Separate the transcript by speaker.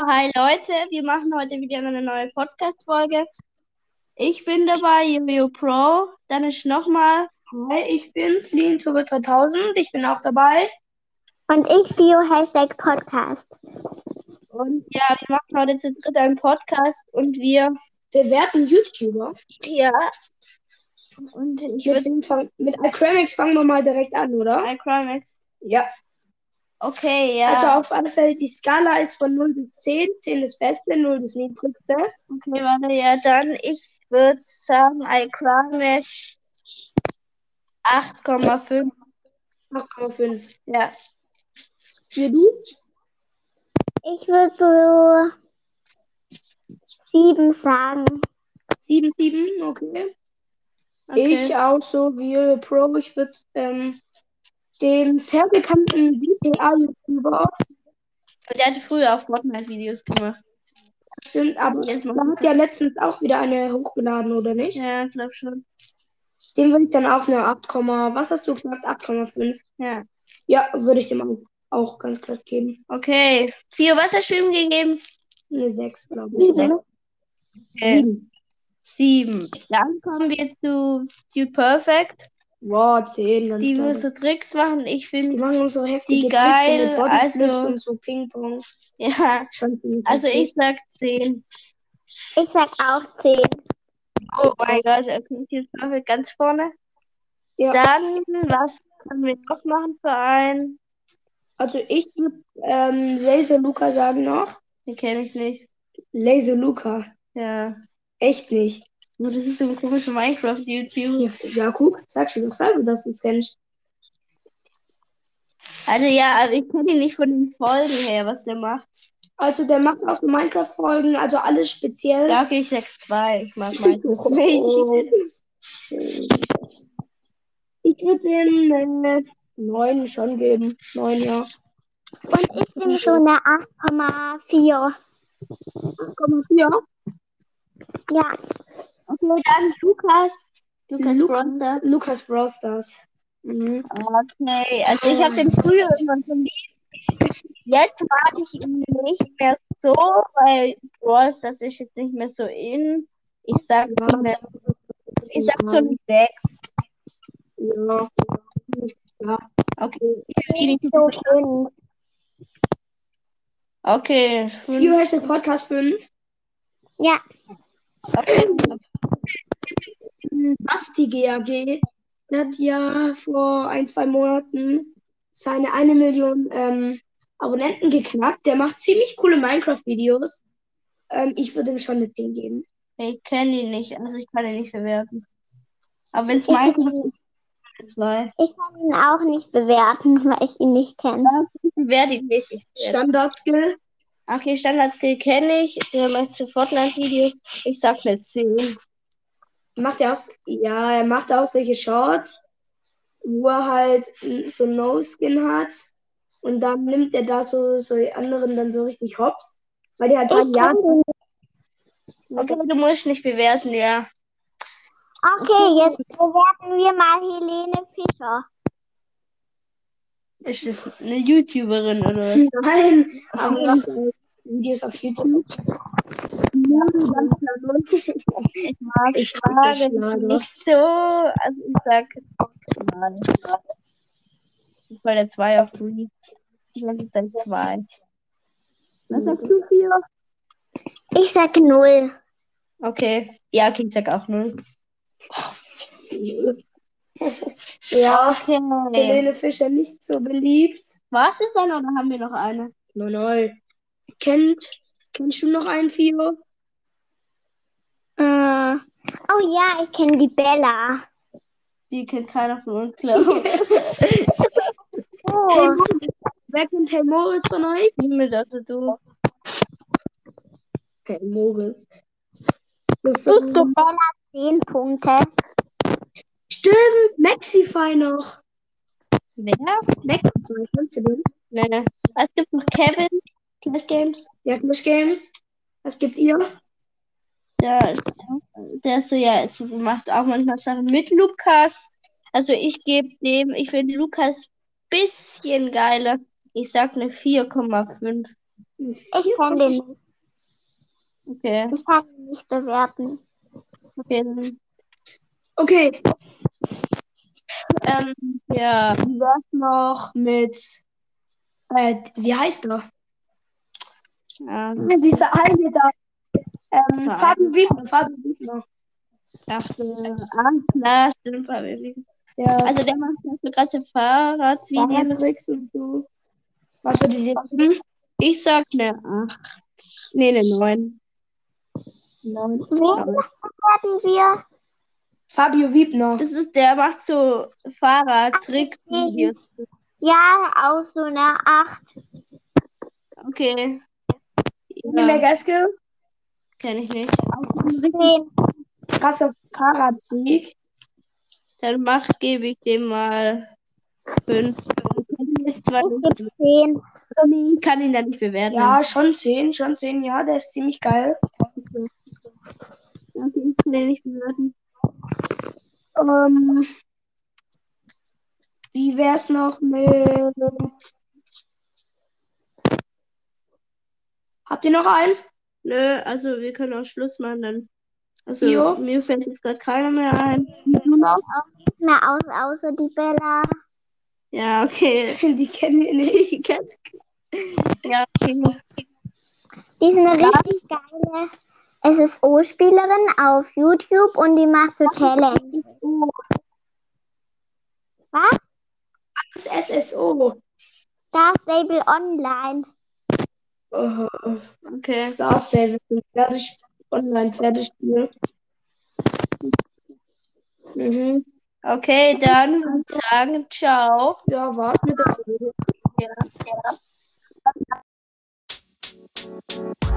Speaker 1: Hi Leute, wir machen heute wieder eine neue Podcast-Folge. Ich bin dabei, Jojo Pro. Dann ist nochmal. Hi, ich bin's, Lean Turbo 3000. Ich bin auch dabei.
Speaker 2: Und ich bio Hashtag Podcast.
Speaker 1: Und ja, wir machen heute zu dritt einen Podcast und wir.
Speaker 3: bewerten YouTuber.
Speaker 1: Ja. Und ich
Speaker 3: Mit,
Speaker 1: würde.
Speaker 3: wem fang, mit Acramics fangen wir mal direkt an, oder?
Speaker 1: Hi, Crimex.
Speaker 3: Ja.
Speaker 1: Okay, ja.
Speaker 3: Also auf alle Fälle, die Skala ist von 0 bis 10. 10 das Beste, 0 das Niedrigste.
Speaker 1: Okay, warte, ja, dann ich würde sagen, I Crimex 8,5.
Speaker 3: 8,5.
Speaker 1: Ja.
Speaker 3: Für du?
Speaker 2: Ich würde so sieben sagen.
Speaker 3: 7, 7, okay.
Speaker 1: Okay.
Speaker 3: Ich auch so wie Pro. Ich würde ähm, dem äh, sehr bekannten GTA-YouTuber,
Speaker 1: Der hatte früher auch Fortnite-Videos gemacht.
Speaker 3: stimmt, aber der
Speaker 1: Jetzt mal.
Speaker 3: hat ja letztens auch wieder eine hochgeladen, oder nicht?
Speaker 1: Ja, glaub schon.
Speaker 3: Dem würde ich dann auch eine 8, was hast du gesagt? 8,5.
Speaker 1: Ja.
Speaker 3: Ja, würde ich dem auch, auch ganz klar geben.
Speaker 1: Okay. Vier Wasserschwimmen gegeben.
Speaker 3: Eine 6, glaube ich.
Speaker 2: Sieben.
Speaker 1: Okay. Sieben. Dann kommen wir zu Dude Perfect.
Speaker 3: Boah, 10, ganz
Speaker 1: Die
Speaker 3: klar.
Speaker 1: muss so Tricks machen. Ich
Speaker 3: Die
Speaker 1: finde,
Speaker 3: machen uns so
Speaker 1: Die
Speaker 3: heftige
Speaker 1: geil,
Speaker 3: Tricks und so Bodyflips
Speaker 1: also-
Speaker 3: und so Ping-Pong.
Speaker 1: ja.
Speaker 3: Schon ziemlich
Speaker 1: Also
Speaker 3: heftig.
Speaker 1: ich sag zehn.
Speaker 2: Ich sag auch zehn.
Speaker 1: Oh mein Gott, okay, Dude Perfect ganz vorne.
Speaker 3: Ja.
Speaker 1: Dann, was können wir noch machen für einen?
Speaker 3: Also ich würde ähm, Laser Luca sagen noch.
Speaker 1: Den kenne ich nicht.
Speaker 3: Laser Luca.
Speaker 1: Ja.
Speaker 3: Echt nicht.
Speaker 1: Nur das ist so ein komischer Minecraft-YouTube.
Speaker 3: Ja, ja guck, sag schon, ich sage, dass du es kennst.
Speaker 1: Also ja, also ich kenne ihn nicht von den Folgen her, was der macht.
Speaker 3: Also der macht auch so Minecraft-Folgen, also alles speziell.
Speaker 1: Ja, okay, ich sag zwei. Ich mag Minecraft nicht.
Speaker 3: Oh. Ich würde dem äh, 9 schon geben. 9, ja.
Speaker 2: Und ich bin so eine 8,4.
Speaker 3: 8,4.
Speaker 2: Ja,
Speaker 1: Okay, dann Lukas. Lukas,
Speaker 3: Lukas,
Speaker 1: Ronda.
Speaker 3: Lukas Brosters.
Speaker 1: Mhm. Okay, also ich habe den früher irgendwann schon lieb. Jetzt mag ich ihn nicht mehr so, weil Brawls, das ist jetzt nicht mehr so in. Ich sag
Speaker 3: Ja.
Speaker 1: so eine, ich sag so eine 6.
Speaker 3: Ja.
Speaker 1: Okay, ich hab die
Speaker 2: nicht
Speaker 1: nicht.
Speaker 2: so fünf.
Speaker 1: Okay,
Speaker 3: You Hashtag Podcast 5.
Speaker 2: Ja,
Speaker 3: Basti GAG hat ja vor ein, zwei Monaten seine eine Million ähm, Abonnenten geknackt. Der macht ziemlich coole Minecraft-Videos. Ähm, ich würde ihm schon eine 10 geben.
Speaker 1: ich kenne ihn nicht, also ich kann ihn nicht bewerten. Aber wenn es Minecraft ist, zwei.
Speaker 2: ich kann ihn auch nicht bewerten, weil ich ihn nicht kenne.
Speaker 1: Ich bewerte ihn nicht. Ich bewerte.
Speaker 3: Standard-Skill.
Speaker 1: Okay, Standard-Skill kenne ich. Der macht zu Fortnite-Videos. Ich sag eine 10.
Speaker 3: Macht er auch, ja, er macht auch solche Shorts, wo er halt mm, so No-Skin hat. Und dann nimmt er da so, so die anderen dann so richtig hops. Weil die halt
Speaker 2: Ich
Speaker 3: sagen, ja,
Speaker 2: kenn den.
Speaker 1: Okay, du musst nicht bewerten, ja.
Speaker 2: Okay, jetzt bewerten wir mal Helene Fischer.
Speaker 1: Ist das eine YouTuberin oder?
Speaker 3: Nein, aber Videos auf YouTube.
Speaker 1: mag
Speaker 3: Ich mag
Speaker 1: Schlager
Speaker 3: Schlager.
Speaker 1: nicht so. Also ich sag Mann. Ich war der 2 auf Free. Ich meine, ich sag 2. Was sagst du hier?
Speaker 2: Ich sag null.
Speaker 1: Okay. Ja, okay, ich sag auch 0.
Speaker 3: Ja,
Speaker 1: Okay.
Speaker 3: Helene Fischer nicht so beliebt.
Speaker 1: War es das dann oder haben wir noch eine?
Speaker 3: Nein, nein. Kennt, kennst du noch einen Fio?
Speaker 2: Äh, Oh ja, ich kenne die Bella.
Speaker 1: Die kennt keiner von uns, glaube ich.
Speaker 3: Hey
Speaker 2: Oh,
Speaker 3: Moritz. Wer kennt Hey Moritz von euch?
Speaker 1: Niemand, also du.
Speaker 3: Hey Moritz. Das ist
Speaker 2: ich
Speaker 3: so
Speaker 2: gebe Bella zehn Punkte.
Speaker 3: Stimmt, Maxify noch.
Speaker 1: Wer?
Speaker 3: Maxify, kennst du den?
Speaker 1: Nee. Es gibt noch Kevin. Clash Games.
Speaker 3: Ja, Clash Games. Was gibt ihr?
Speaker 1: Der, der ist so, ja, ist, so, macht auch manchmal Sachen mit Lukas. Also ich gebe dem, ich ne finde Lukas bisschen geiler. Ich sag eine 4,5.
Speaker 2: Ich kann den nicht.
Speaker 1: Okay,
Speaker 2: Ich kann ihn nicht bewerten.
Speaker 1: okay.
Speaker 3: Okay. Ähm,
Speaker 1: Ja,
Speaker 3: wie wär's noch mit. Äh, wie heißt er?
Speaker 1: ähm,
Speaker 3: Dieser eine da. Ähm,
Speaker 1: Dieser
Speaker 3: Fabian Wiegner. Fabian Wiegner.
Speaker 1: dachte, ah, na, stimmt, Fabian.
Speaker 3: Der
Speaker 1: Also der macht so krasse Fahrradvideos.
Speaker 3: Fahrradtricks und so. Was würde dir
Speaker 1: Hm?
Speaker 3: geben?
Speaker 1: Ich sag eine 8. Nee, ne eine 9.
Speaker 2: Wen
Speaker 3: Nein.
Speaker 2: bewerten wir?
Speaker 3: Fabio Wiebner.
Speaker 1: Das ist, der macht so Fahrradtrick-Videos.
Speaker 2: Ja, auch so eine 8.
Speaker 1: Okay.
Speaker 3: Emil
Speaker 1: Ja,
Speaker 3: Gaskell.
Speaker 1: kenn ich nicht.
Speaker 2: Nee,
Speaker 3: Krasser Fahrradtrick.
Speaker 1: Dann mach, gebe ich dem mal 5.
Speaker 2: ich gebe 10.
Speaker 1: Kann ihn dann nicht bewerten.
Speaker 3: Ja, schon 10, schon 10, ja, der ist ziemlich geil.
Speaker 1: Okay, ich kann ihn nicht bewerten.
Speaker 3: Ähm, wie wär's noch mit. Habt ihr noch einen?
Speaker 1: Nö, also wir können auch Schluss machen dann. Also
Speaker 3: Jo.
Speaker 1: mir fällt jetzt gerade keiner mehr ein.
Speaker 2: Nichts mehr aus, außer die Bella.
Speaker 1: Ja, okay.
Speaker 3: Die kennen wir nicht.
Speaker 1: Ich kenn- ja, okay.
Speaker 2: Die ist eine richtig geile SSO-Spielerin auf YouTube und die macht so Challenge. Was?
Speaker 3: Das SSO.
Speaker 2: Star Stable Online.
Speaker 3: Oh, oh,
Speaker 1: Okay.
Speaker 3: Star Stable, ein Pferdespiel, Online-Pferdespiel. Mhm.
Speaker 1: Okay, dann würde ich sagen, ciao.
Speaker 3: Ja, wart mit der Folge.
Speaker 1: Ja, ja.